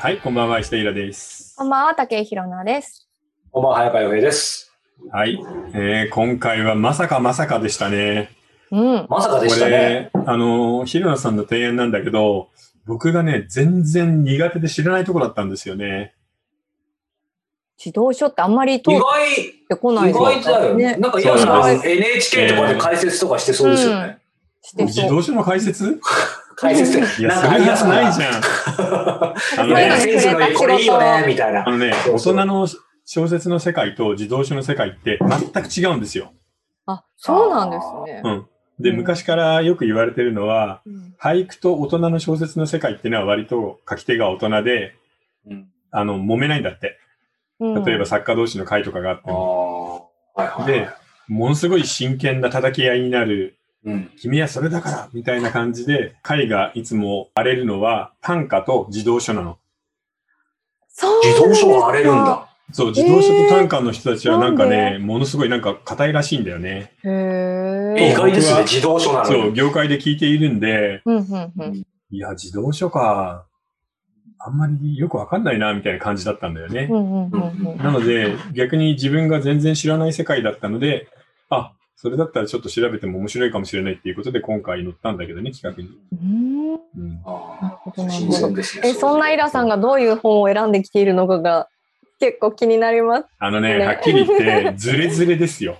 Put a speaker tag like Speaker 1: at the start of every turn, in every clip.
Speaker 1: はい、こんばんは、石田イラです。
Speaker 2: こんばんは、竹井ひろなです。
Speaker 3: こんばんは、早川洋平です。
Speaker 1: はい、えー今回はまさかまさかでしたね。
Speaker 2: うん。
Speaker 3: まさかでしたね。
Speaker 1: これ、あのー、ひろなさんの提案なんだけど、僕がね、全然苦手で知らないとこだったんですよね。
Speaker 2: 自動書ってあんまり通っ
Speaker 3: 意
Speaker 2: て
Speaker 3: 外、
Speaker 2: こない
Speaker 3: 意外だよね。。なんか、
Speaker 1: そう
Speaker 3: 岩
Speaker 1: なんです
Speaker 3: 瀬さん、NHK とかで解説とかしてそうですよね。
Speaker 2: して
Speaker 1: 自
Speaker 2: そう。
Speaker 1: 動車の解説
Speaker 3: 解説っ
Speaker 1: い
Speaker 3: て、
Speaker 1: や、
Speaker 3: なん
Speaker 1: そ
Speaker 3: か、
Speaker 1: れやつない
Speaker 3: ん。
Speaker 1: じゃん。あ
Speaker 2: そういう
Speaker 1: ね
Speaker 2: のに触
Speaker 3: 先生
Speaker 2: れた
Speaker 3: が
Speaker 2: 仕事
Speaker 3: これいいよね、みたいな
Speaker 1: あ。のね、
Speaker 3: そう
Speaker 1: 大
Speaker 3: そう
Speaker 1: 人の小説の世界と自動車の世界って全く違うんですよ。
Speaker 2: あ、そうなんですね
Speaker 1: うん。で、
Speaker 2: うん
Speaker 1: 昔からよく言われてるのは、
Speaker 2: うん
Speaker 1: 俳句と大人の小説の世界っていうのは割と書き手が大人で、
Speaker 3: うん
Speaker 1: あの、揉めないんだって。
Speaker 2: うん。
Speaker 1: 例えば作家同士の会とかがあって
Speaker 3: あー
Speaker 1: も、
Speaker 3: はいはいはい
Speaker 1: で、ものすごい真剣な叩き合いになる、
Speaker 3: うん
Speaker 1: 君はそれだからみたいな感じで、会がいつも荒れるのは短歌と自動書なの。
Speaker 2: そうなん
Speaker 3: 自
Speaker 2: ですか
Speaker 3: 動書が荒れるん。だ。
Speaker 1: そう、自動書と短歌の人たちは
Speaker 2: えー
Speaker 1: なんか
Speaker 2: なん
Speaker 1: ね、ものすごいなんか硬いらしいんだよね。
Speaker 2: へ
Speaker 3: え意
Speaker 2: え。
Speaker 3: 外です
Speaker 1: 僕は
Speaker 3: ね、自動書なの
Speaker 1: そう、
Speaker 3: に。
Speaker 1: 業界で聞いているんで、
Speaker 2: うんうんうん。
Speaker 1: いや、自動書か、あんまりよくわかんないな、みたいな感じだったんだよね
Speaker 2: う。んうんうんうん。
Speaker 1: なので、逆に自分が全然知らない世界だったので、あ、それだったらちょっと調べても面白いかもしれないっていうことで今回乗ったんだけどね、企画に。
Speaker 2: うん。
Speaker 1: うん、
Speaker 2: なる
Speaker 3: あ
Speaker 2: ほど
Speaker 3: ー
Speaker 2: なる
Speaker 3: 新
Speaker 2: ほど
Speaker 3: 鮮ですね。
Speaker 2: え、そんなイラさんがどういう本を選んできているのかが結構気になります。
Speaker 1: あのね、
Speaker 2: ね
Speaker 1: はっきり言 って、ズレズレですよ。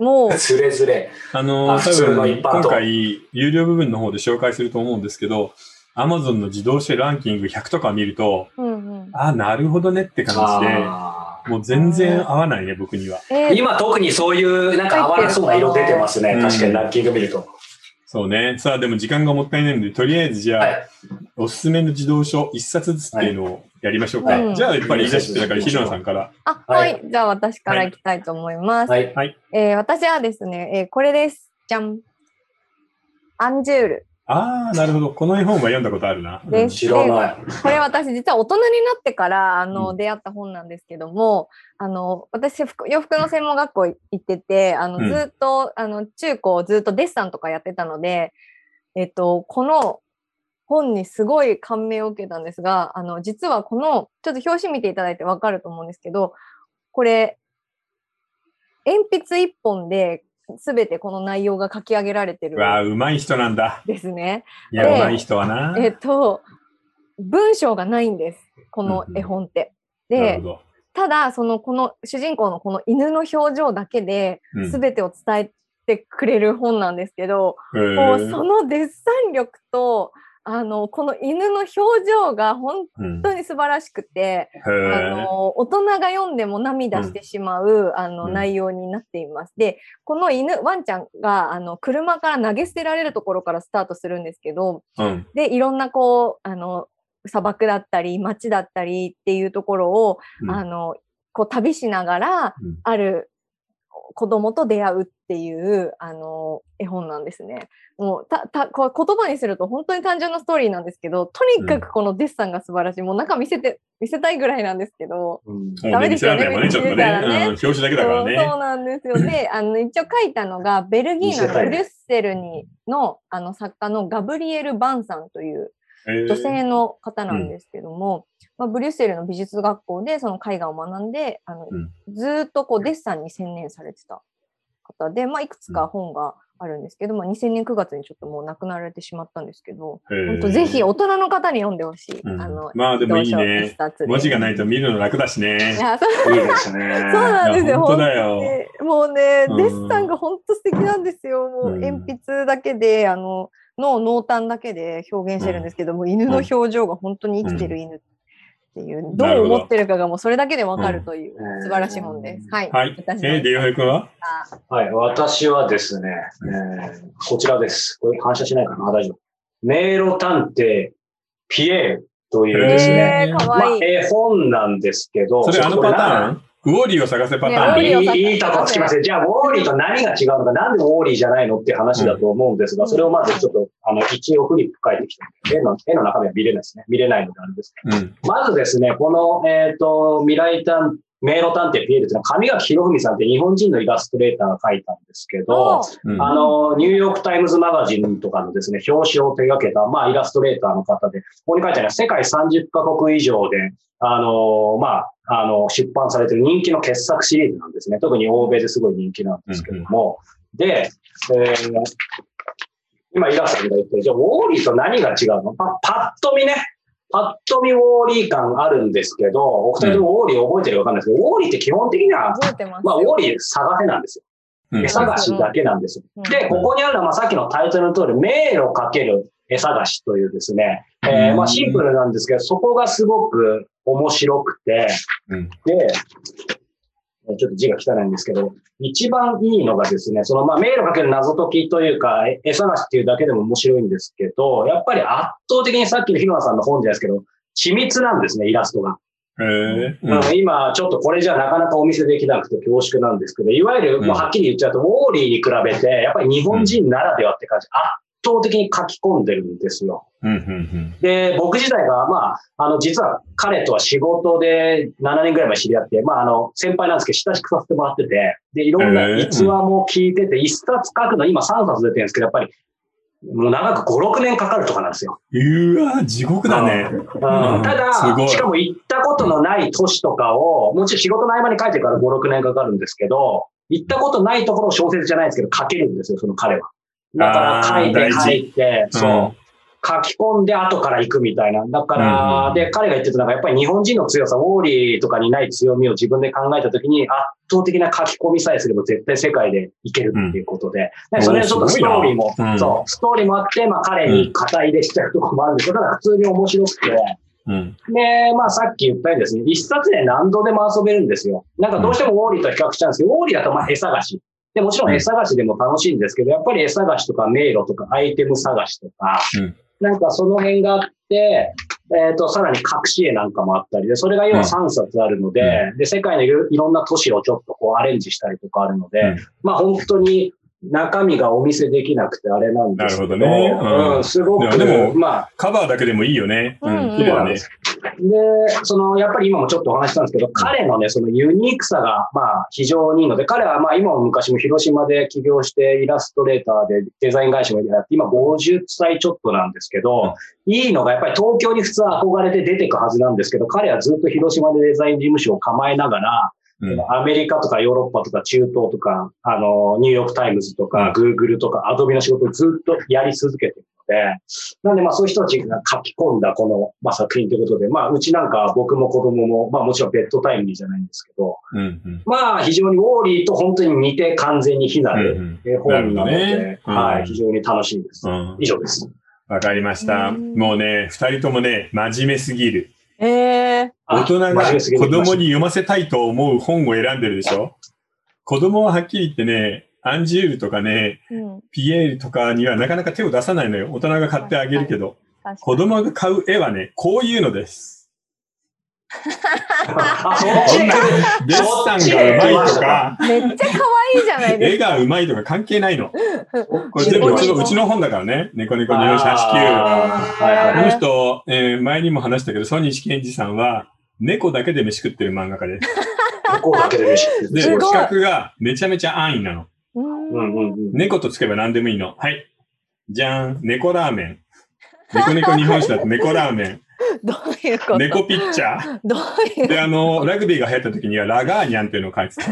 Speaker 2: もう。
Speaker 3: ずれずれ。
Speaker 1: あのー、
Speaker 3: あ
Speaker 1: 多
Speaker 3: 普通の
Speaker 1: 分
Speaker 3: 一般
Speaker 1: 今
Speaker 3: と
Speaker 1: 回、有料部分の方で紹介すると思うんですけど、Amazon の自動車ランキング100とか見ると、
Speaker 2: うんうん。
Speaker 1: あ、なるほどねって感じで、
Speaker 3: あ
Speaker 1: もう全然合わないね、僕には。
Speaker 2: え
Speaker 3: ー
Speaker 2: ー、
Speaker 3: 今、特にそういう、なんか、合わなそうな色出てますね。確かに、ランキング見ると。
Speaker 1: そうね。さあ、でも時間がもったいないので、とりあえずじゃあ、
Speaker 3: はい
Speaker 1: おすすめの自動書一冊ずつっていうのをやりましょうか。
Speaker 2: はい
Speaker 1: じゃあ、やっぱり言い出してだから、ひろなさんから。
Speaker 2: あ、は
Speaker 3: はい
Speaker 2: い。じゃあ私から行きたいと思います。
Speaker 3: はい。
Speaker 2: えー私はですね、えーこれです。じゃん。アンジュール。
Speaker 1: ああ、なるほど。この絵本は読んだことあるな。
Speaker 2: で
Speaker 3: 知らない。
Speaker 2: これ私実は大人になってからあの、
Speaker 1: うん
Speaker 2: 出会った本なんですけどもあの私服洋服の専門学校行っててあの、
Speaker 1: うん
Speaker 2: ずっとあの中高ずっとデッサンとかやってたので、えっと、この本にすごい感銘を受けたんですがあの実はこのちょっと表紙見ていただいてわかると思うんですけどこれ鉛筆一本で全てこの内容が書き上げられて
Speaker 1: う
Speaker 2: る
Speaker 1: ん、わあ、うまい人なんだ。
Speaker 2: ですね。
Speaker 1: いや、
Speaker 2: ええ
Speaker 1: うまい人はな。
Speaker 2: えっと、文章がないんです、この絵本って。
Speaker 1: なる
Speaker 2: で
Speaker 1: ほ、ど。
Speaker 2: ただ、その、この主人公のこの犬の表情だけで、
Speaker 1: うん
Speaker 2: すべてを伝えてくれる本なんですけど、
Speaker 1: へえ
Speaker 2: もうそのデッサン力と、あの、この犬の表情が本
Speaker 1: うん
Speaker 2: 当に素晴らしくて、あ
Speaker 1: へ
Speaker 2: の大人が読んでも涙してしまう、あの
Speaker 1: うん
Speaker 2: 内容になっています。でこの犬ワンちゃんがあの車から投げ捨てられるところからスタートするんですけど、
Speaker 1: えうん。
Speaker 2: でいろんなこうあの砂漠だったり街だったりっていうところを、
Speaker 1: うん
Speaker 2: あのこう旅しながら、
Speaker 1: うん
Speaker 2: ある子供と出会うっていうあの絵本なんですね。もうたたこう言葉にすると本当に単純なストーリーなんですけどとにかくこのデッサンが素晴らしい、もう中見せて見せたいぐらいなんですけど。
Speaker 3: うん
Speaker 1: も
Speaker 2: ダ
Speaker 1: う
Speaker 2: メ
Speaker 1: ね見
Speaker 2: で
Speaker 1: せ
Speaker 2: す
Speaker 1: ら
Speaker 2: よ
Speaker 1: れないもん
Speaker 2: ね
Speaker 1: ね、ちょっとね。
Speaker 2: 見せたらね
Speaker 1: うん、表紙だけだから
Speaker 2: そうそ
Speaker 1: ね。
Speaker 2: うなんですよ。 で、あの一応書いたのがベルギーのブリュッセルにのあの作家のガブリエル・バンさんという
Speaker 1: へえ
Speaker 2: 女性の方なんですけども、まあ、ブリュッセルの美術学校でその絵画を学んであの、
Speaker 1: うん
Speaker 2: ずーっとこうデッサンに専念されてた方で、まあ、いくつか本があるんですけど、まあ、2000年9月にちょっともう亡くなられてしまったんですけど、
Speaker 1: へえ
Speaker 2: 本当ぜひ大人の方に読んでほしい。
Speaker 1: うん
Speaker 2: あの
Speaker 1: まあでもいい
Speaker 2: 同書一
Speaker 1: ね。
Speaker 2: 冊で
Speaker 1: 文字がないと見るの楽だし
Speaker 2: い
Speaker 1: ね。
Speaker 2: やそう
Speaker 3: いいですね。
Speaker 2: そうなんです
Speaker 1: いや
Speaker 2: よ。
Speaker 1: 本当だよ
Speaker 2: 当にもうね、
Speaker 1: うん
Speaker 2: デッサンが本当素敵なんですよ。もう
Speaker 1: うん
Speaker 2: 鉛筆だけで、あの、の濃淡だけで表現してるんですけど、もう犬の表情が本当に生きてる犬っていう、ど
Speaker 1: なるほ
Speaker 2: う
Speaker 1: ど
Speaker 2: 思ってるかがもうそれだけでわかるという、
Speaker 3: うん
Speaker 2: 素晴らしい本です。はい。
Speaker 1: はい。
Speaker 2: 私の
Speaker 1: えー、で、よへくんは
Speaker 3: はい、私はですね、えーこちらです。これ反射しないかな大丈夫。迷路探偵、ピエールというですね、
Speaker 2: えー、かわいい。
Speaker 3: まあ、絵本なんですけど、
Speaker 1: それあのパターンウォーリーを探せパタ
Speaker 2: ー
Speaker 1: ーン
Speaker 2: ね
Speaker 1: ね。
Speaker 3: いいいいとこつきますね。じゃあ、ウォーリーと何が違うのか、なんでウォーリーじゃないのっていう話だと思うんですが、
Speaker 2: うん
Speaker 3: それをまずちょっと、あの、一応フリップ書いてきて、絵の、絵の中身は見れないですね。見れないのであれですけど
Speaker 1: うん。
Speaker 3: まずですね、この、えっ、と、未来探迷路探偵ピエールっていうのは、神垣博文さんって日本人のイラストレーターが書いたんですけど、
Speaker 1: うん
Speaker 3: あの、ニューヨークタイムズマガジンとかのですね、表紙を手掛けた、まあ、イラストレーターの方で、ここに書いてあるのは世界30カ国以上で、あの、まあ、あの、出版されてる人気の傑作シリーズなんですね。特に欧米ですごい人気なんですけども。で、えー今、イラストが言ってる、じゃあ、ウォーリーと何が違うのパパッと見ね。パッと見ウォーリー感あるんですけど、お二人ともウォーリー覚えてるかわかんないですけど、ウォーリーって基本的には、
Speaker 2: 覚えてますよ。
Speaker 3: まあ、ウォーリー探せなんですよ
Speaker 1: うん
Speaker 3: 餌探しだけなんですよ。で、ここにあるのは、まあ、さっきのタイトルの通り、迷路かける餌探しというですね、えーまあ、シンプルなんですけど、そこがすごく面白くて、
Speaker 1: うん
Speaker 3: で、えーちょっと字が汚いんですけど、一番いいのがですね、その、まあ、迷路かける謎解きというか、え餌なしっていうだけでも面白いんですけど、やっぱり圧倒的にさっきの日野さんの本じゃないですけど、緻密なんですね、イラストが。
Speaker 1: へえうん
Speaker 3: うん今、ちょっとこれじゃなかなかお見せできなくて恐縮なんですけど、いわゆる、
Speaker 1: うん
Speaker 3: もうはっきり言っちゃうと、ウォーリーに比べて、やっぱり日本人ならではって感じ、圧倒的に書き込んでるんですよ。
Speaker 1: うんうん
Speaker 3: で、僕自体が、まあ、あの、実は彼とは仕事で7年ぐらい前知り合って、まあ、あの、先輩なんですけど、親しくさせてもらってて、で、いろん
Speaker 1: へ
Speaker 3: な
Speaker 1: ー
Speaker 3: 逸話も聞いてて、一冊書くの、今3冊出てるんですけど、やっぱり、もう長く5、6年かかるとかなんですよ。
Speaker 1: うん。うわ、地獄だね。
Speaker 3: うん
Speaker 1: うん
Speaker 3: ただ
Speaker 1: すごい、
Speaker 3: しかも行ったことのない都市とかを、もちろん仕事の合間に書いてるから5、6年かかるんですけど、行ったことないところを小説じゃないですけど、書けるんですよ、その彼は。だから書い
Speaker 1: あー大
Speaker 3: て
Speaker 1: 事
Speaker 3: 書いて、そう。書き込んで後から行くみたいな。だか
Speaker 1: うんうんう
Speaker 3: ら
Speaker 1: ん、
Speaker 3: で、彼が言ってたのが、やっぱり日本人の強さ、ウォーリーとかにない強みを自分で考えたときに、圧倒的な書き込みさえすれば絶対世界でいけるっていうことで、
Speaker 1: うん
Speaker 3: でそれでちょっとストーリーも
Speaker 1: おーす、ごいなうん
Speaker 3: そう、ストーリーもあって、まあ彼に肩入れしちゃうとこもあるんですけど、ただ普通に面白くて、
Speaker 1: うん。うん。
Speaker 3: で、まあさっき言ったようにですね、一冊で何度でも遊べるんですよ。なんかどうしてもウォーリーと比較しちゃうんですけど、ウォーリーだとまあ餌探し。で、もちろん餌探しでも楽しいんですけど、やっぱり餌探しとか迷路とかアイテム探しとか、
Speaker 1: うん
Speaker 3: なんかその辺があって、えっ、と、さらに隠し絵なんかもあったりで、それが要は3冊あるので、
Speaker 1: う
Speaker 3: で、世界のいろいろんな都市をちょっとこうアレンジしたりとかあるので、
Speaker 1: うん
Speaker 3: まあ本当に中身がお見せできなくてあれなんですけど、
Speaker 1: なるほどねうん
Speaker 3: うん、すご
Speaker 1: い
Speaker 3: く、
Speaker 1: やでも
Speaker 3: まあ、
Speaker 1: カバーだけでもいいよね。
Speaker 2: うん
Speaker 1: 綺麗だ
Speaker 3: うん
Speaker 1: ね。
Speaker 3: で、その、やっぱり今もちょっとお話ししたんですけど、彼のね、そのユニークさが、まあ、非常にいいので、彼はまあ、今も昔も広島で起業して、イラストレーターでデザイン会社もやって、今50歳ちょっとなんですけど、いいのが、やっぱり東京に普通は憧れて出てくはずなんですけど、彼はずっと広島でデザイン事務所を構えながら、
Speaker 1: うん
Speaker 3: アメリカとかヨーロッパとか中東とか、あの、ニューヨークタイムズとか、グーグルとか、アドビの仕事をずっとやり続けてるので、なんでまあそういう人たちが書き込んだこの、まあ、作品ということで、まあうちなんかは僕も子供も、まあもちろんベッドタイムにじゃないんですけど、
Speaker 1: うんうん
Speaker 3: まあ非常にウォーリーと本当に似て完全に非な
Speaker 1: うんう
Speaker 3: る
Speaker 1: ん
Speaker 3: 絵本なので、
Speaker 1: なるほどねうん
Speaker 3: はい、非常に楽しいです。
Speaker 1: うん
Speaker 3: 以上です。
Speaker 1: わかりました。
Speaker 2: うん
Speaker 1: もうね、二人ともね、真面目すぎる。
Speaker 2: ええ
Speaker 1: 大人が
Speaker 3: あ真面目
Speaker 1: 子
Speaker 3: すぎてきました
Speaker 1: 供に読ませたいと思う本を選んでるでしょ子供ははっきり言ってね、アンジュールとかね、
Speaker 2: うん。
Speaker 1: ピエールとかにはなかなか手を出さないのよ。大人が買ってあげるけど。
Speaker 2: 確か
Speaker 1: 子
Speaker 2: に。
Speaker 1: 供が買う絵はね、こういうのです。
Speaker 3: あ、そっ
Speaker 1: こんな
Speaker 3: ち
Speaker 1: デッサンがうまいとか、
Speaker 2: めっちゃ可愛いじゃないで
Speaker 1: 絵
Speaker 2: すか。
Speaker 1: がうまいとか関係ないの。これ全部うちのうちの本だからね。猫猫の489。
Speaker 3: あーはいはい
Speaker 1: こ
Speaker 3: はい
Speaker 1: の人、えー前にも話したけど、ソニーシケンジさんは、猫だけで飯食ってる漫画家です。
Speaker 3: こうだけで嬉しい
Speaker 1: で、
Speaker 2: す
Speaker 1: 企
Speaker 2: ごい
Speaker 1: 画がめちゃめちゃ安易なの。
Speaker 2: う
Speaker 3: うんうん
Speaker 2: ん。
Speaker 3: うん。
Speaker 1: 猫とつけば何でもいいの。はい。じゃーん。猫ラーメン。猫猫日本酒だと猫ラーメン。
Speaker 2: どういうこと
Speaker 1: 猫ピッチャー。
Speaker 2: どういう
Speaker 1: で、あの、ラグビーが流行った時にはラガーニャンっていうのを書い てた。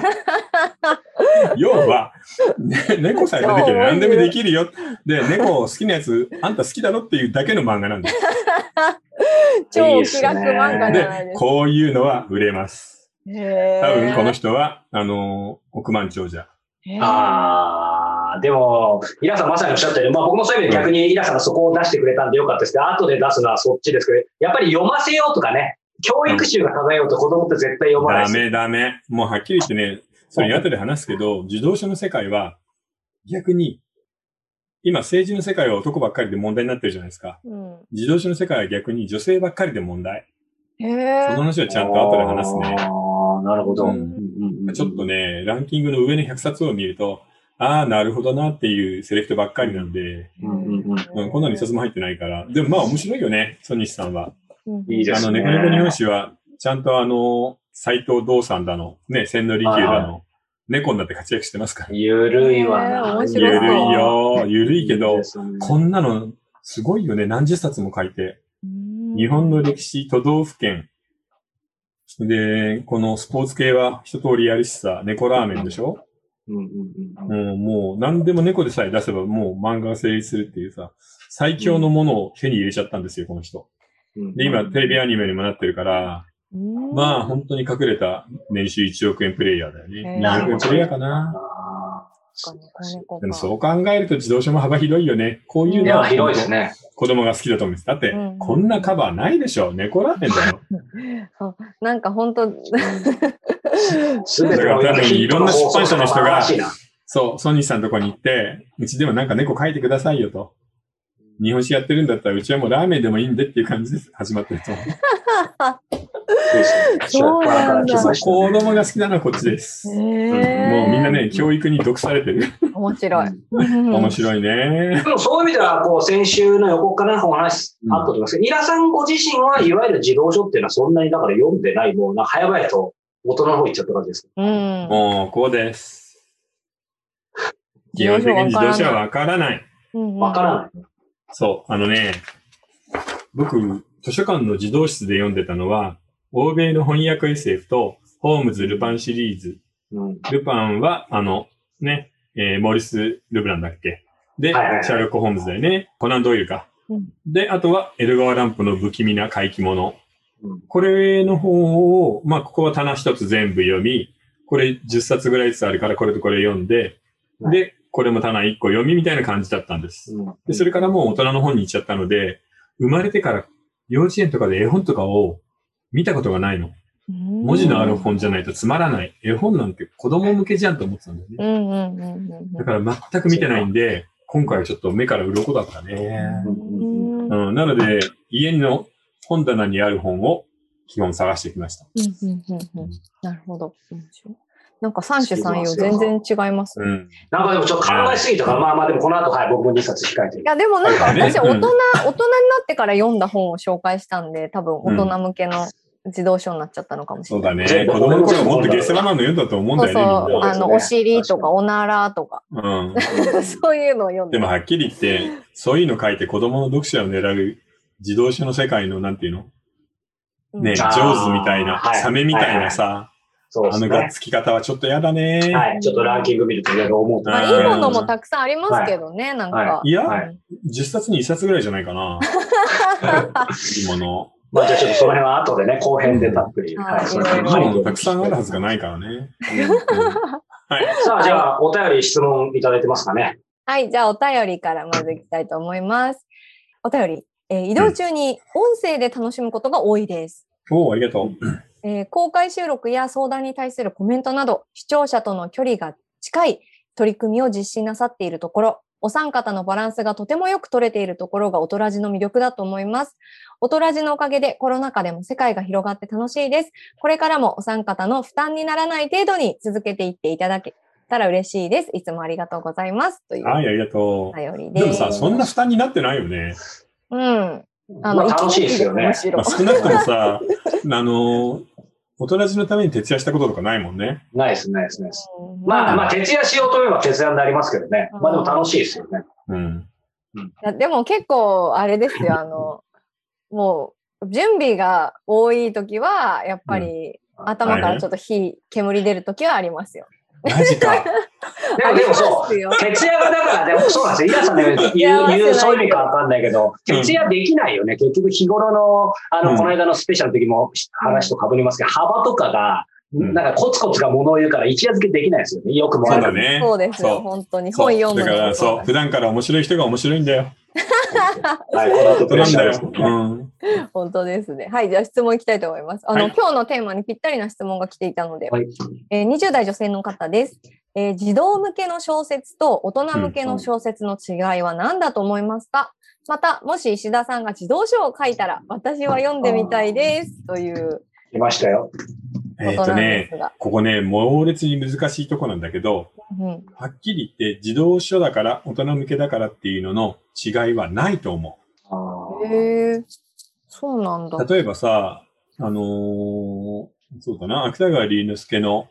Speaker 1: 要は、ね猫さえ出てければ何でもできるよ。で、猫好きなやつ、あんた好きだろっていうだけの漫画なんです。
Speaker 2: 超気楽漫画じゃない
Speaker 1: で
Speaker 2: で、すか。
Speaker 1: こういうのは売れます。
Speaker 2: へ
Speaker 1: 多
Speaker 2: ー
Speaker 1: 分この人は、あのー億万長者。
Speaker 2: へー
Speaker 3: ああ、でも、イラさんまさにおっしゃったように、まあ僕もそういう意味で逆にイラさんがそこを出してくれたんでよかったですけど、後で出すのはそっちですけど、やっぱり読ませようとかね、教育集が漂うと子供って絶対読まない
Speaker 1: ダ
Speaker 3: です。
Speaker 1: メダメ。もうはっきり言ってね、それ後で話すけど、自動車の世界は、逆に、今政治の世界は男ばっかりで問題になってるじゃないですか。
Speaker 2: うん。
Speaker 1: 自動車の世界は逆に女性ばっかりで問題。そ
Speaker 2: へえ
Speaker 1: の。話はちゃんと後で話すね。
Speaker 3: ああ、なるほど。
Speaker 1: うん
Speaker 3: うんうん
Speaker 1: ちょっとね、ランキングの上の100冊を見ると、ああ、なるほどなっていうセレクトばっかりなんで、
Speaker 3: うんうんうん
Speaker 1: うん、こんなの一冊も入ってないから。でもまあ面白いよね、ソニシさんは。
Speaker 2: うん
Speaker 3: いいですね
Speaker 1: あの、ネコネコ日本史は、ちゃんとあの、斎藤道さんだの、ね、千利休だ
Speaker 3: は
Speaker 1: の、猫になって活躍してますから。
Speaker 3: ゆるいわ
Speaker 2: ねえ
Speaker 3: な。
Speaker 2: 面白
Speaker 1: ゆ
Speaker 2: そう
Speaker 1: るいよ、ゆるいけ
Speaker 3: いい
Speaker 1: ど
Speaker 3: で、すね
Speaker 1: こんなのすごいよね。何十冊も書いて。日本の歴史、都道府県。で、このスポーツ系は一通りやるしさ、猫ラーメンでしょ
Speaker 3: うんうん
Speaker 1: も
Speaker 3: うん
Speaker 1: う、もう、何でも猫でさえ出せばもう漫画が成立するっていうさ、最強のものを手に入れちゃったんですよ、この人。
Speaker 3: うん
Speaker 1: で、今、テレビアニメにもなってるから、まあ、本当に隠れた年収1億円プレイヤーだよ
Speaker 2: へ
Speaker 1: ね。
Speaker 2: ー
Speaker 1: 2億円プレイヤーかな。
Speaker 3: あ
Speaker 2: 当に
Speaker 3: ー
Speaker 1: でもそう考えると自動車も幅広いよね。こういう
Speaker 3: い
Speaker 1: の
Speaker 3: や、
Speaker 1: は
Speaker 3: 広いで すね。
Speaker 1: 子供が好きだと思うんです。だって
Speaker 2: うん、
Speaker 1: こんなカバーないでしょ。猫ラーメンだよ。
Speaker 2: なんか本当、
Speaker 3: す
Speaker 1: だ
Speaker 3: べて
Speaker 1: から
Speaker 3: の
Speaker 1: 多分
Speaker 3: ヒ
Speaker 1: い
Speaker 3: ット
Speaker 1: ろんな出版社の人が
Speaker 3: 素晴らしいな
Speaker 1: そう、ソニーさんのとこに行って、うちでもなんか猫描いてくださいよと。日本史やってるんだったら、うちはもうラーメンでもいいんでっていう感じです。始まってると思う。
Speaker 2: そうなんだ
Speaker 1: そう子供が好きなのはこっちです。
Speaker 2: え
Speaker 1: もうみんなね、
Speaker 3: うん
Speaker 1: 教育に毒されてる。
Speaker 2: 面白い。
Speaker 1: 面
Speaker 2: 面い。
Speaker 1: 白いね。
Speaker 3: でもそういう意味では、こう、先週の予告かな、お話あったと思いますけど、イラさんご自身はいわゆる自動書っていうのはそんなにだから読んでない、もうな、早々と大人の方行っちゃった感じです。
Speaker 2: うん。
Speaker 1: もう、こうです。基本的に自動車はわからない。
Speaker 3: わからない。
Speaker 1: そう、あのね、僕、図書館の児童室で読んでたのは、欧米の翻訳 SF と、ホームズ・ルパンシリーズ。
Speaker 3: うん。
Speaker 1: ルパンは、あの、ね、えーモーリス・ルブランだっけで、
Speaker 3: はいはいはい
Speaker 1: シャーロック・ホームズだよね。コナン・ドイルか。
Speaker 2: うん
Speaker 1: で、あとは、エルガワ・ランプの不気味な怪奇物。
Speaker 3: うん
Speaker 1: これの方を、まあ、ここは棚一つ全部読み、これ10冊ぐらいずつあるから、これとこれ読んで、
Speaker 3: はい
Speaker 1: で、これも棚1個読みみたいな感じだったんです。
Speaker 3: うん
Speaker 1: で、それからもう大人の本に行っちゃったので、生まれてから幼稚園とかで絵本とかを見たことがないの。文
Speaker 2: 文
Speaker 1: 字のある本じゃないとつまらない。絵本なんて子供向けじゃんと思ってたんだよね。
Speaker 2: うんうんうん
Speaker 1: だから全く見てないんで、今回はちょっと目から鱗だったね。
Speaker 2: うん。うん
Speaker 1: うん、なので、家の本棚にある本を基本探してきました。
Speaker 2: なるほど。なんか三種三様全然違います。い
Speaker 1: うん。
Speaker 3: なんかでもちょっと考えすぎたから、まあまあでもこの後、はい、僕も2冊控えてる。
Speaker 2: やでもなんか私大人、大人になってから読んだ本を紹介したんで、多分大人向けの自動書になっちゃったのかもし
Speaker 1: そ
Speaker 2: れ
Speaker 1: う
Speaker 2: ない。
Speaker 1: だね。
Speaker 3: 全
Speaker 1: 子
Speaker 3: 部
Speaker 1: 供の頃はもっとゲスラマンの読んだと思うん
Speaker 2: そう
Speaker 1: だ
Speaker 2: そう、
Speaker 1: よね、みんな
Speaker 2: あの、お尻とかおならとか、
Speaker 1: うん。
Speaker 2: そういうのを読ん
Speaker 1: で
Speaker 2: で。
Speaker 1: もはっきり言って、そういうの書いて子供の読者を狙う自動車の世界のなんていうのね、ジョ
Speaker 3: あー
Speaker 1: ーズみたいな、
Speaker 3: はい
Speaker 1: サメみたいなさ、
Speaker 3: そうで
Speaker 1: あ
Speaker 3: す
Speaker 1: のがっ
Speaker 3: ね。
Speaker 1: つき方はちょっとやだね。
Speaker 3: はい、ちょっとランキング見るといろいろ思うと
Speaker 2: まあ、
Speaker 1: うん
Speaker 2: いいものもたくさんありますけどね、なんか。
Speaker 1: いや、
Speaker 3: はい
Speaker 1: 10冊に1冊ぐらいじゃないかな。 いいもの。
Speaker 3: まあじゃあちょっとその辺は後でね、後編でたっぷり。
Speaker 2: うん
Speaker 3: はい、その
Speaker 1: いい
Speaker 3: 辺は
Speaker 1: ものたくさんあるはずがないからね。はい。
Speaker 3: さあ、じゃあ、お便り質問いただいてますかね。
Speaker 2: はい、じゃあお便りからまずいきたいと思います。お便り、えー移動中に音声で楽しむことが多いです。
Speaker 1: おーありがとう。
Speaker 2: えー公開収録や相談に対するコメントなど、視聴者との距離が近い取り組みを実施なさっているところ、お三方のバランスがとてもよく取れているところがオトラジの魅力だと思います。オトラジのおかげでコロナ禍でも世界が広がって楽しいです。これからもお三方の負担にならない程度に続けていっていただけたら嬉しいです。いつもありがとうございます。という
Speaker 1: はい、ありがと
Speaker 2: お便り
Speaker 1: う。
Speaker 2: で。
Speaker 1: ですもさ、そんな負担になってないよね。
Speaker 2: うん。あ
Speaker 3: ま
Speaker 2: の、
Speaker 3: あ楽しいですよね
Speaker 2: 生。き
Speaker 1: ま
Speaker 2: 生
Speaker 1: あ、
Speaker 2: き
Speaker 1: 少なくとも さ、あの、大人じのために徹夜したこととかないもんね。
Speaker 3: ないです、ないです、ないです。
Speaker 2: むしろ。
Speaker 3: まあ、まあ、徹夜しようと思えば徹夜になりますけどね。まあでも楽しいですよね。
Speaker 1: うん。
Speaker 2: いやでも結構、あれで すよ、あの、もう、準備が多い時は、やっぱり、頭からちょっと火、煙出る時はありますよ。
Speaker 1: マジ か。
Speaker 3: で
Speaker 2: あ
Speaker 3: も、
Speaker 2: り
Speaker 3: で
Speaker 2: ま
Speaker 3: も
Speaker 2: す
Speaker 3: そう。
Speaker 2: よ。
Speaker 3: 徹夜がだから、でもそうなんですよ。イ ラさんの言う、言う
Speaker 2: いや
Speaker 3: 言うそういう意味かわかんないけど、徹夜できないよね。結局日頃の、あ
Speaker 1: うん
Speaker 3: の、この間のスペシャルの時も話と被りますけど、幅とか
Speaker 1: う
Speaker 3: が、
Speaker 1: ん
Speaker 3: なんかコツコツが物を言うから一夜漬けできないですよね。よくも
Speaker 1: そ
Speaker 3: あ
Speaker 1: う
Speaker 3: る
Speaker 1: だね。
Speaker 2: そうです
Speaker 1: そ
Speaker 2: よ、
Speaker 1: う
Speaker 2: 本当に。
Speaker 1: そ
Speaker 2: 本
Speaker 1: う
Speaker 2: 読む
Speaker 1: だ
Speaker 2: の
Speaker 1: からそう、普段から面白い人が面白いんだよ。
Speaker 3: はい、この後
Speaker 1: そ
Speaker 3: プ
Speaker 1: う
Speaker 3: レッ
Speaker 1: なん
Speaker 3: シャー
Speaker 1: だ
Speaker 3: で
Speaker 1: よ
Speaker 3: す。ね。
Speaker 1: うん。
Speaker 2: 本当ですね。はい、じゃあ質問いきたいと思います。あの、
Speaker 1: はい
Speaker 2: 今日のテーマにぴったりな質問が来ていたので、
Speaker 3: はい
Speaker 2: えー20代女性の方です、えー児童向けの小説と大人向けの小説の違いは何だと思いますか、また、もし石田さんが児童書を書いたら、私は読んでみたいです。という
Speaker 3: 来ましたよ。
Speaker 2: こ
Speaker 1: えっ、
Speaker 2: と
Speaker 1: と
Speaker 2: なんで
Speaker 1: ね、
Speaker 2: すが。
Speaker 1: ここね、猛烈に難しいとこなんだけど、
Speaker 2: うん
Speaker 1: はっきり言って、児童書だから、大人向けだからっていうのの違いはないと思
Speaker 3: あー
Speaker 2: へえそうなんだ。
Speaker 1: う。例えばさ、あのーそうだな。芥川龍之介の、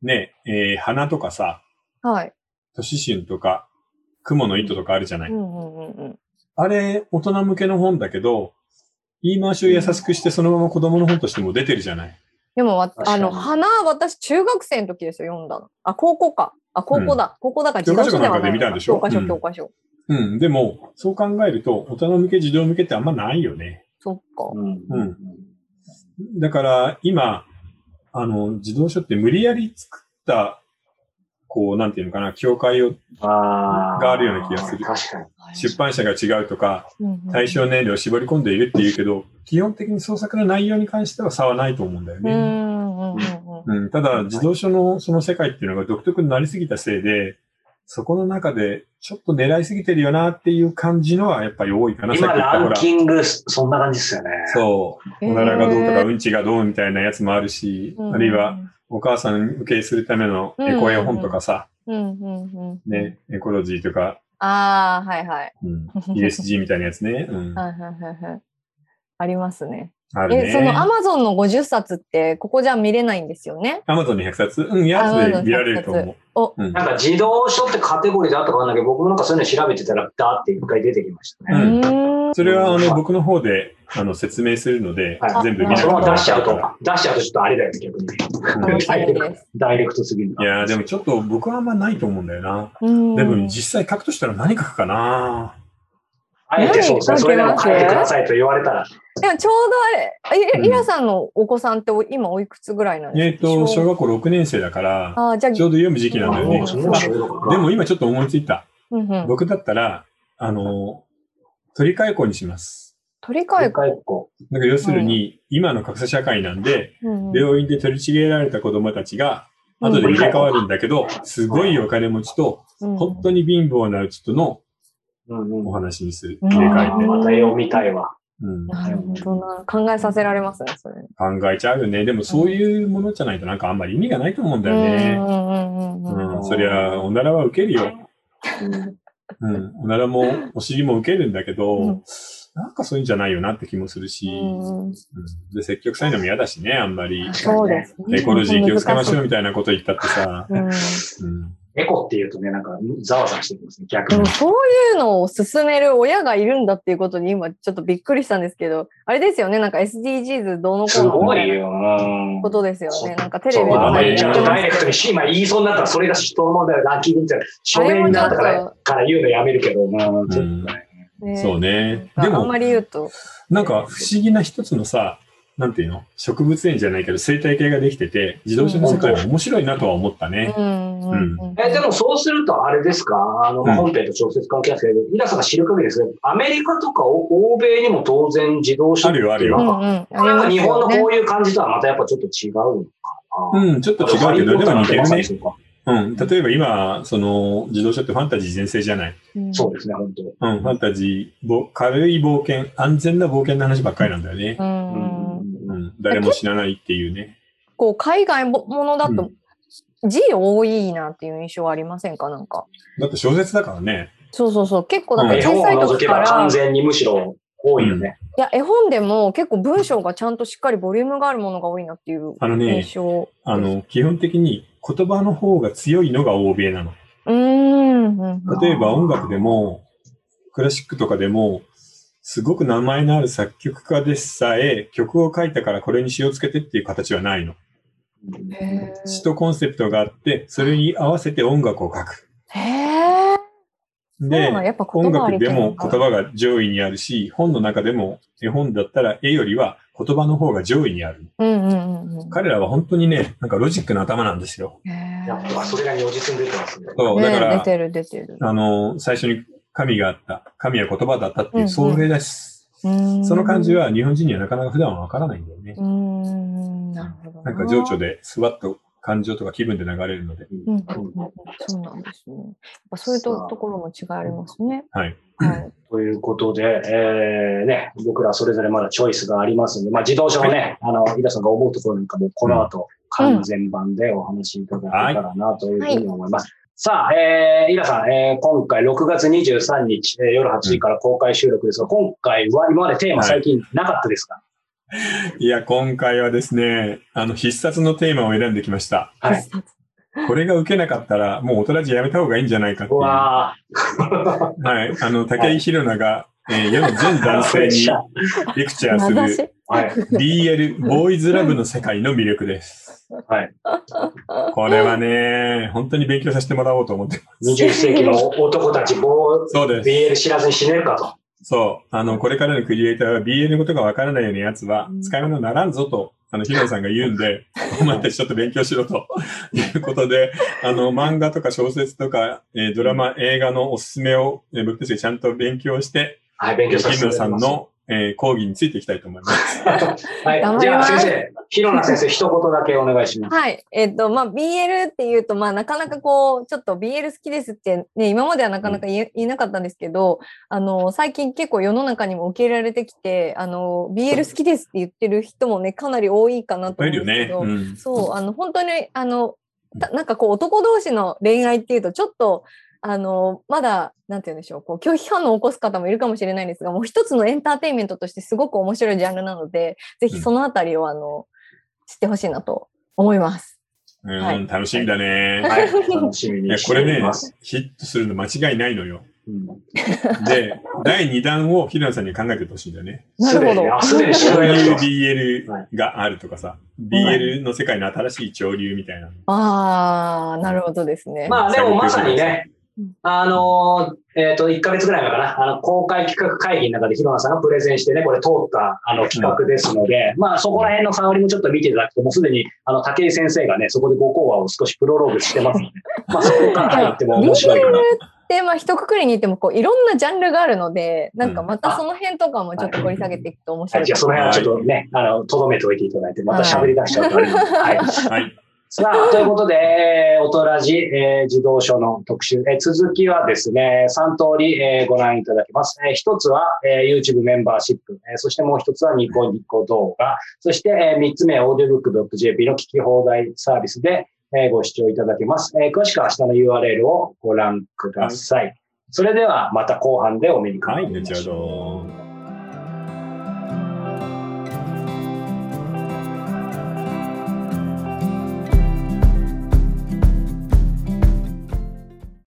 Speaker 1: ね、えー花とかさ、
Speaker 2: はい。
Speaker 1: 都市春とか、雲の糸とかあるじゃない。
Speaker 2: うんうんうんうん。
Speaker 1: あれ、大人向けの本だけど、言い回しを優しくしてそのまま子供の本としても出てるじゃない。
Speaker 2: でもわ、
Speaker 3: 確か
Speaker 2: あ
Speaker 3: に
Speaker 2: の、花、私、中学生の時ですよ、読んだの。あ、高校か。あ、高校だ。高校だから、
Speaker 1: 教科書
Speaker 2: 自動車
Speaker 1: なんかで見たんでしょ
Speaker 2: 教科書、
Speaker 1: うん
Speaker 2: 教科書。
Speaker 1: うん。でも、そう考えると、大人向け、児童向けってあんまないよね。
Speaker 2: そっか。
Speaker 3: うん
Speaker 1: うんだから、今、あの、自動書って無理やり作った、こう、なんていうのかな、教会を
Speaker 3: あー
Speaker 1: があるような気がする
Speaker 3: 確かに。
Speaker 1: 出版社が違うとか、
Speaker 2: うんうん
Speaker 1: 対象年齢を絞り込んでいるっていうけど、基本的に創作の内容に関しては差はないと思うんだよ
Speaker 2: うんう
Speaker 1: ね。
Speaker 2: んうんうん。
Speaker 1: うん、ただ、自動書のその世界っていうのが独特になりすぎたせいで、そこの中でちょっと狙いすぎてるよなっていう感じのはやっぱり多いかな。
Speaker 3: 今、
Speaker 1: 言
Speaker 3: ラン
Speaker 1: った
Speaker 3: キング、そんな感じですよね。
Speaker 1: そう、
Speaker 2: えー
Speaker 1: おならがどうとか、うんちがどうみたいなやつもあるし、あるいは、お母さん受けするためのエコ絵本とかさ、
Speaker 2: うんうんうんうん。。
Speaker 1: ね、エコロジーとか、
Speaker 2: ああ、はいはい。
Speaker 1: うん、ESG みたいなやつね。うん、
Speaker 2: はいはいはいはい。ありますね。
Speaker 1: ある
Speaker 2: え、そのア
Speaker 1: ね。
Speaker 2: マゾンの50冊って、ここじゃ見れないんですよね。
Speaker 1: アマゾンに100冊うん、やつで見られると思う。
Speaker 2: お、
Speaker 1: うん
Speaker 3: なんか自動書ってカテゴリーであったかわかんないけど、僕もなんかそういうの調べてたら、ダーって一回出てきました
Speaker 2: う
Speaker 3: ね。
Speaker 1: うん
Speaker 2: ーん。
Speaker 1: それはあの僕の方であの説明するので、
Speaker 3: はい
Speaker 1: 全部
Speaker 2: うん
Speaker 1: 見
Speaker 3: ま
Speaker 1: な
Speaker 3: あ、
Speaker 1: くて
Speaker 3: その
Speaker 1: もわ
Speaker 3: ま
Speaker 1: か
Speaker 3: ま出
Speaker 1: る
Speaker 3: しちゃうと
Speaker 1: か
Speaker 3: か、出しちゃうとちょっとあれだよね、逆に。
Speaker 2: 楽しみです。
Speaker 3: ダイレクトすぎるな
Speaker 1: ら。いやーでもちょっと僕はあんまないと思うんだよな。
Speaker 2: うん
Speaker 1: でも実際書くとしたら何書くかな
Speaker 3: あえてそうですね、
Speaker 2: 何
Speaker 3: それでも書いてくださいと言われたら、
Speaker 2: でもちょうどあれ、
Speaker 1: う
Speaker 2: え、
Speaker 1: ん
Speaker 2: イラさんのお子さんってお今おいくつぐらいなん
Speaker 1: えっ、
Speaker 2: ですか
Speaker 1: と、小
Speaker 2: 学
Speaker 1: 学校6年生だから、
Speaker 2: あーじゃあ、
Speaker 1: ちょうど読む時期なんだよ
Speaker 3: も
Speaker 1: ね
Speaker 3: う、。もう小学か
Speaker 1: でも今ちょっと思いついた。
Speaker 2: うんうん、
Speaker 1: 僕だったら、あの、鳥解雇にします。
Speaker 2: 取り替え
Speaker 3: 一
Speaker 2: か。
Speaker 3: 回こう
Speaker 1: なんか要するに、今の格差社会なんで、
Speaker 2: うんうん
Speaker 1: 病院で取り違えられた子供たちが、
Speaker 2: うん
Speaker 1: 後で入れ替わるんだけど、すごいお金持ちと、
Speaker 2: うん
Speaker 1: 本当に貧乏なうちとの
Speaker 3: うんうん
Speaker 1: お話にする。
Speaker 2: うん
Speaker 1: 入れ替え
Speaker 3: あーまた絵を見たいわ。
Speaker 1: うん、
Speaker 2: なるほどな。考えさせられますね、それ。
Speaker 1: 考えちゃうよね。でもそういうものじゃないとなんかあんまり意味がないと思うんだよ
Speaker 2: う
Speaker 1: ね。
Speaker 2: んうんうんうん
Speaker 1: うん、そりゃ、おならは受けるよ。
Speaker 3: うん
Speaker 1: うん、おならも、お尻も受けるんだけど、
Speaker 2: うん
Speaker 1: なんかそういうんじゃないよなって気もするし、
Speaker 2: うんうん。
Speaker 1: うんで、積極臭いのも嫌だしね、あんまり。
Speaker 2: そうですね。
Speaker 1: エコロジー気をつけましょう
Speaker 2: う。
Speaker 1: みたいなこと言ったってさ、
Speaker 2: うん、で
Speaker 1: うん、
Speaker 3: エコっていうとね、なんか、ざわざわしてきますね、逆
Speaker 2: も
Speaker 3: に。
Speaker 2: そういうのを勧める親がいるんだっていうことに今ちょっとびっくりしたんですけど、あれですよね、なんか SDGs どうのこ
Speaker 3: す
Speaker 2: うのみ
Speaker 3: ご
Speaker 2: た
Speaker 3: い
Speaker 2: いな
Speaker 3: よ。うん
Speaker 2: ことですよね。なんかテレ
Speaker 3: そ
Speaker 2: ビ
Speaker 3: う、
Speaker 2: で
Speaker 3: あんま
Speaker 1: り
Speaker 3: りちゃん
Speaker 2: て
Speaker 3: と
Speaker 2: ま
Speaker 3: ダイ
Speaker 2: す
Speaker 3: レクトにし、今言いそうになったら、それが人の問題だよ、ランキングみたいな。少年になったから、から言うのやめるけど、うん、ちょっとね。
Speaker 2: ね
Speaker 1: そうね。
Speaker 2: なん
Speaker 1: で
Speaker 2: かあん
Speaker 1: も
Speaker 2: ま、り言うと。
Speaker 1: なんか不思議な一つのさ、なんていうの植物園じゃないけど生態系ができてて、自動車の世界も面白いなとは思ったね。
Speaker 2: うんうんうん
Speaker 3: え、でもそうすると、あれですかあの、
Speaker 1: うん
Speaker 3: 本編と直接関係ないですけど、皆さんが知る限りですね、アメリカとか欧欧米にも当然自動車
Speaker 1: あるよあるよ
Speaker 2: う
Speaker 3: なん
Speaker 2: ん
Speaker 3: か
Speaker 2: うん、あります
Speaker 3: 日本の
Speaker 2: よね
Speaker 3: こ。ういう感じとはまたやっぱちょっと違うのかな。
Speaker 1: うん、ちょっと違うけど、でも似てるね。
Speaker 3: ね。
Speaker 1: うん、例えば今、その、自動車ってファンタジー全盛じゃない。
Speaker 2: うん
Speaker 3: そうですね、本当。
Speaker 1: うん、ファンタジー、ぼ軽い冒険、安全な冒険の話ばっかりなんだよね。
Speaker 2: うん。
Speaker 1: うん、誰も死なないっていうね。
Speaker 2: こう海外ものだと字多いなっていう印象はありませんかなんか。
Speaker 1: だって小説だからね。
Speaker 2: そうそうそう。結構なんか
Speaker 1: うん
Speaker 3: 日本
Speaker 2: 小
Speaker 3: を
Speaker 2: さい
Speaker 3: 除
Speaker 2: 時
Speaker 3: け
Speaker 2: か
Speaker 3: ば
Speaker 2: ら、
Speaker 3: 完
Speaker 2: い
Speaker 3: 全にむしろ多いよね。
Speaker 2: や、絵本でも結構文章がちゃんとしっかりボリュームがあるものが多いなっていう
Speaker 1: あのね、
Speaker 2: 印象。
Speaker 1: あの、基本的に言葉の方が強いのが欧米なの。
Speaker 2: うーん。うん
Speaker 1: 例えば音楽でも、クラシックとかでも、すごく名前のある作曲家でさえ、曲を書いたからこれに詞をつけてっていう形はないの。
Speaker 2: へ
Speaker 1: 詞
Speaker 2: ー
Speaker 1: とコンセプトがあって、それに合わせて音楽を書く。
Speaker 2: へーそう
Speaker 1: で
Speaker 2: なん、やっぱ
Speaker 1: 音
Speaker 2: 言葉あ
Speaker 1: 楽
Speaker 2: り
Speaker 1: で
Speaker 2: て
Speaker 1: も
Speaker 2: か
Speaker 1: 言葉が上位にあるし、本の中でも絵本だったら絵よりは言葉の方が上位にある。
Speaker 2: うんうんうんうん。
Speaker 1: 彼らは本当にね、なんかロジックの頭なんですよ。
Speaker 2: へ
Speaker 3: やっぱそ
Speaker 2: ー
Speaker 3: れが如実に出てますね。
Speaker 1: そう、だか
Speaker 2: ね出
Speaker 1: ら、
Speaker 2: てる出てる。
Speaker 1: あの、最初に神があった、神は言葉だったって
Speaker 2: うん
Speaker 1: いううん総例です。
Speaker 2: うーん
Speaker 1: その感じ。は日本人にはなかなか普段はわからないんだよね
Speaker 2: う。ーん、なるほど。
Speaker 1: なんか情緒。でスワッと感情とか気分で流れるので。
Speaker 2: うんうんうんうん、そうなんですね。やっぱそういうとところも違いありますね。
Speaker 1: はい。
Speaker 2: はい。
Speaker 3: ということで、えーね、僕らそれぞれまだチョイスがありますんで、まあ、自動車もね、あの、井田さんが思うところなんかも、この後、完全版でお話しいただけたらなというふうに思います。さあ、えー、井田さん、えー今回6月23日、えー夜8時から公開収録ですが、今回は今までテーマ最近なかったですか、
Speaker 1: いや、今回はですね、あの、必殺のテーマを選んできました。
Speaker 3: はい。
Speaker 1: これが受けなかったら、もう大人じやめた方がいいんじゃないかって
Speaker 3: う
Speaker 1: いう。は
Speaker 3: わー。
Speaker 1: い。あの、武井宏奈が、えー世の全男性にレクチャー
Speaker 2: 名指
Speaker 1: する
Speaker 2: し
Speaker 3: はい。
Speaker 1: BL、ボーイズラブの世界の魅力です。
Speaker 3: はい。
Speaker 1: これはね、本当に勉強させてもらおうと思って。
Speaker 3: 21世紀の男たち、もう
Speaker 1: そうです。
Speaker 3: BL 知らずに死ねるかと。
Speaker 1: そう。あの、これからのクリエイターは BL のことがわからないようなやつは
Speaker 2: うん
Speaker 1: 使い物にならんぞと、あの、ヒロさんが言うんで、お前たちちょっと勉強しろということで、あの、漫画とか小説とか、えードラマ、映画のおすすめを、えー僕たちがちゃんと勉強して、
Speaker 3: はい、勉
Speaker 1: ヒ
Speaker 3: 強させて
Speaker 1: ロ
Speaker 3: いた
Speaker 1: さ
Speaker 3: だき
Speaker 1: ん
Speaker 3: ます。
Speaker 1: の、えー講義についていきたいと思います。
Speaker 3: はい。じゃあ先 生、広野先生、一言だけお願いします。
Speaker 2: はい。えっ、と、まあ、BL っていうと、まあ、なかなかこう、ちょっと BL 好きですってね、今まではなかなか言え,、言えなかったんですけど、あの、最近結構世の中にも受け入れられてきて、あの、BL 好きですって言ってる人もね、かなり多いかなと
Speaker 1: 増
Speaker 2: 思
Speaker 1: え
Speaker 2: う
Speaker 1: る
Speaker 2: んで
Speaker 1: よ
Speaker 2: すけ
Speaker 1: ね。
Speaker 2: ど、
Speaker 1: うん。
Speaker 2: そう、あの、本当に、あの、たなんかこう、男同士の恋愛っていうと、ちょっと、あの、まだ、なんて言うんでしょう、こう、拒否反応を起こす方もいるかもしれないんですが、もう一つのエンターテインメントとしてすごく面白いジャンルなので、ぜひそのあたりを、あの、知ってほしいなと思います。
Speaker 1: うん、
Speaker 2: はい
Speaker 1: 楽しみだね。、
Speaker 3: はいい。楽しみ
Speaker 1: や
Speaker 3: に、し
Speaker 1: これ
Speaker 3: てい
Speaker 1: ね
Speaker 3: ます。、
Speaker 1: ヒットするの間違いないのよ。
Speaker 3: うん
Speaker 1: で、第2弾をヒロさんに考えてほしいんだよね。
Speaker 2: なるほど。
Speaker 3: すでにあすでに知ら
Speaker 1: そう
Speaker 3: ない
Speaker 1: い
Speaker 3: 人
Speaker 1: う BL があるとかさ、BL の世界の新しい潮流みたいな。
Speaker 2: あー、なるほどですね。
Speaker 3: まあでもまさにね
Speaker 2: うん、
Speaker 3: あのーえっ、と、1ヶ月ぐらい前かな、あの、公開企画会議の中で広野さんがプレゼンしてね、これ通った、あの、企画ですので、まあそこら辺の触りもちょっと見ていただくと、もうすでに、あの、武井先生がね、そこでご講話を少しプロローグしてますので、まあそこから入っても面白いかな。
Speaker 2: で、まあ、一括りに言っても、こう、いろんなジャンルがあるので、なんか
Speaker 1: うん
Speaker 2: またその辺とかもちょっと掘り下げていくと面
Speaker 3: は
Speaker 2: 白
Speaker 3: い、
Speaker 2: い
Speaker 3: じゃあ
Speaker 2: か
Speaker 3: その辺はちょっとね、あの、とどめておいていただいて、また喋り出しちゃうとあれなんで。はい。
Speaker 1: はい。
Speaker 3: さ あ、ということで、えー、おとらじ、えー、児童書の特集、えー続きはですね、3通り、えーご覧いただきます。えー一つは、えー YouTube メンバーシップ、えーそしてもう一つはニコニコ動画、そして、えー三つ目、audiobook.jp の聞き放題サービスで、えーご視聴いただけます、えー詳しくは明日の URL をご覧ください。それでは、また後半でお目にかかりましょ
Speaker 1: は
Speaker 3: う。
Speaker 1: い後ほど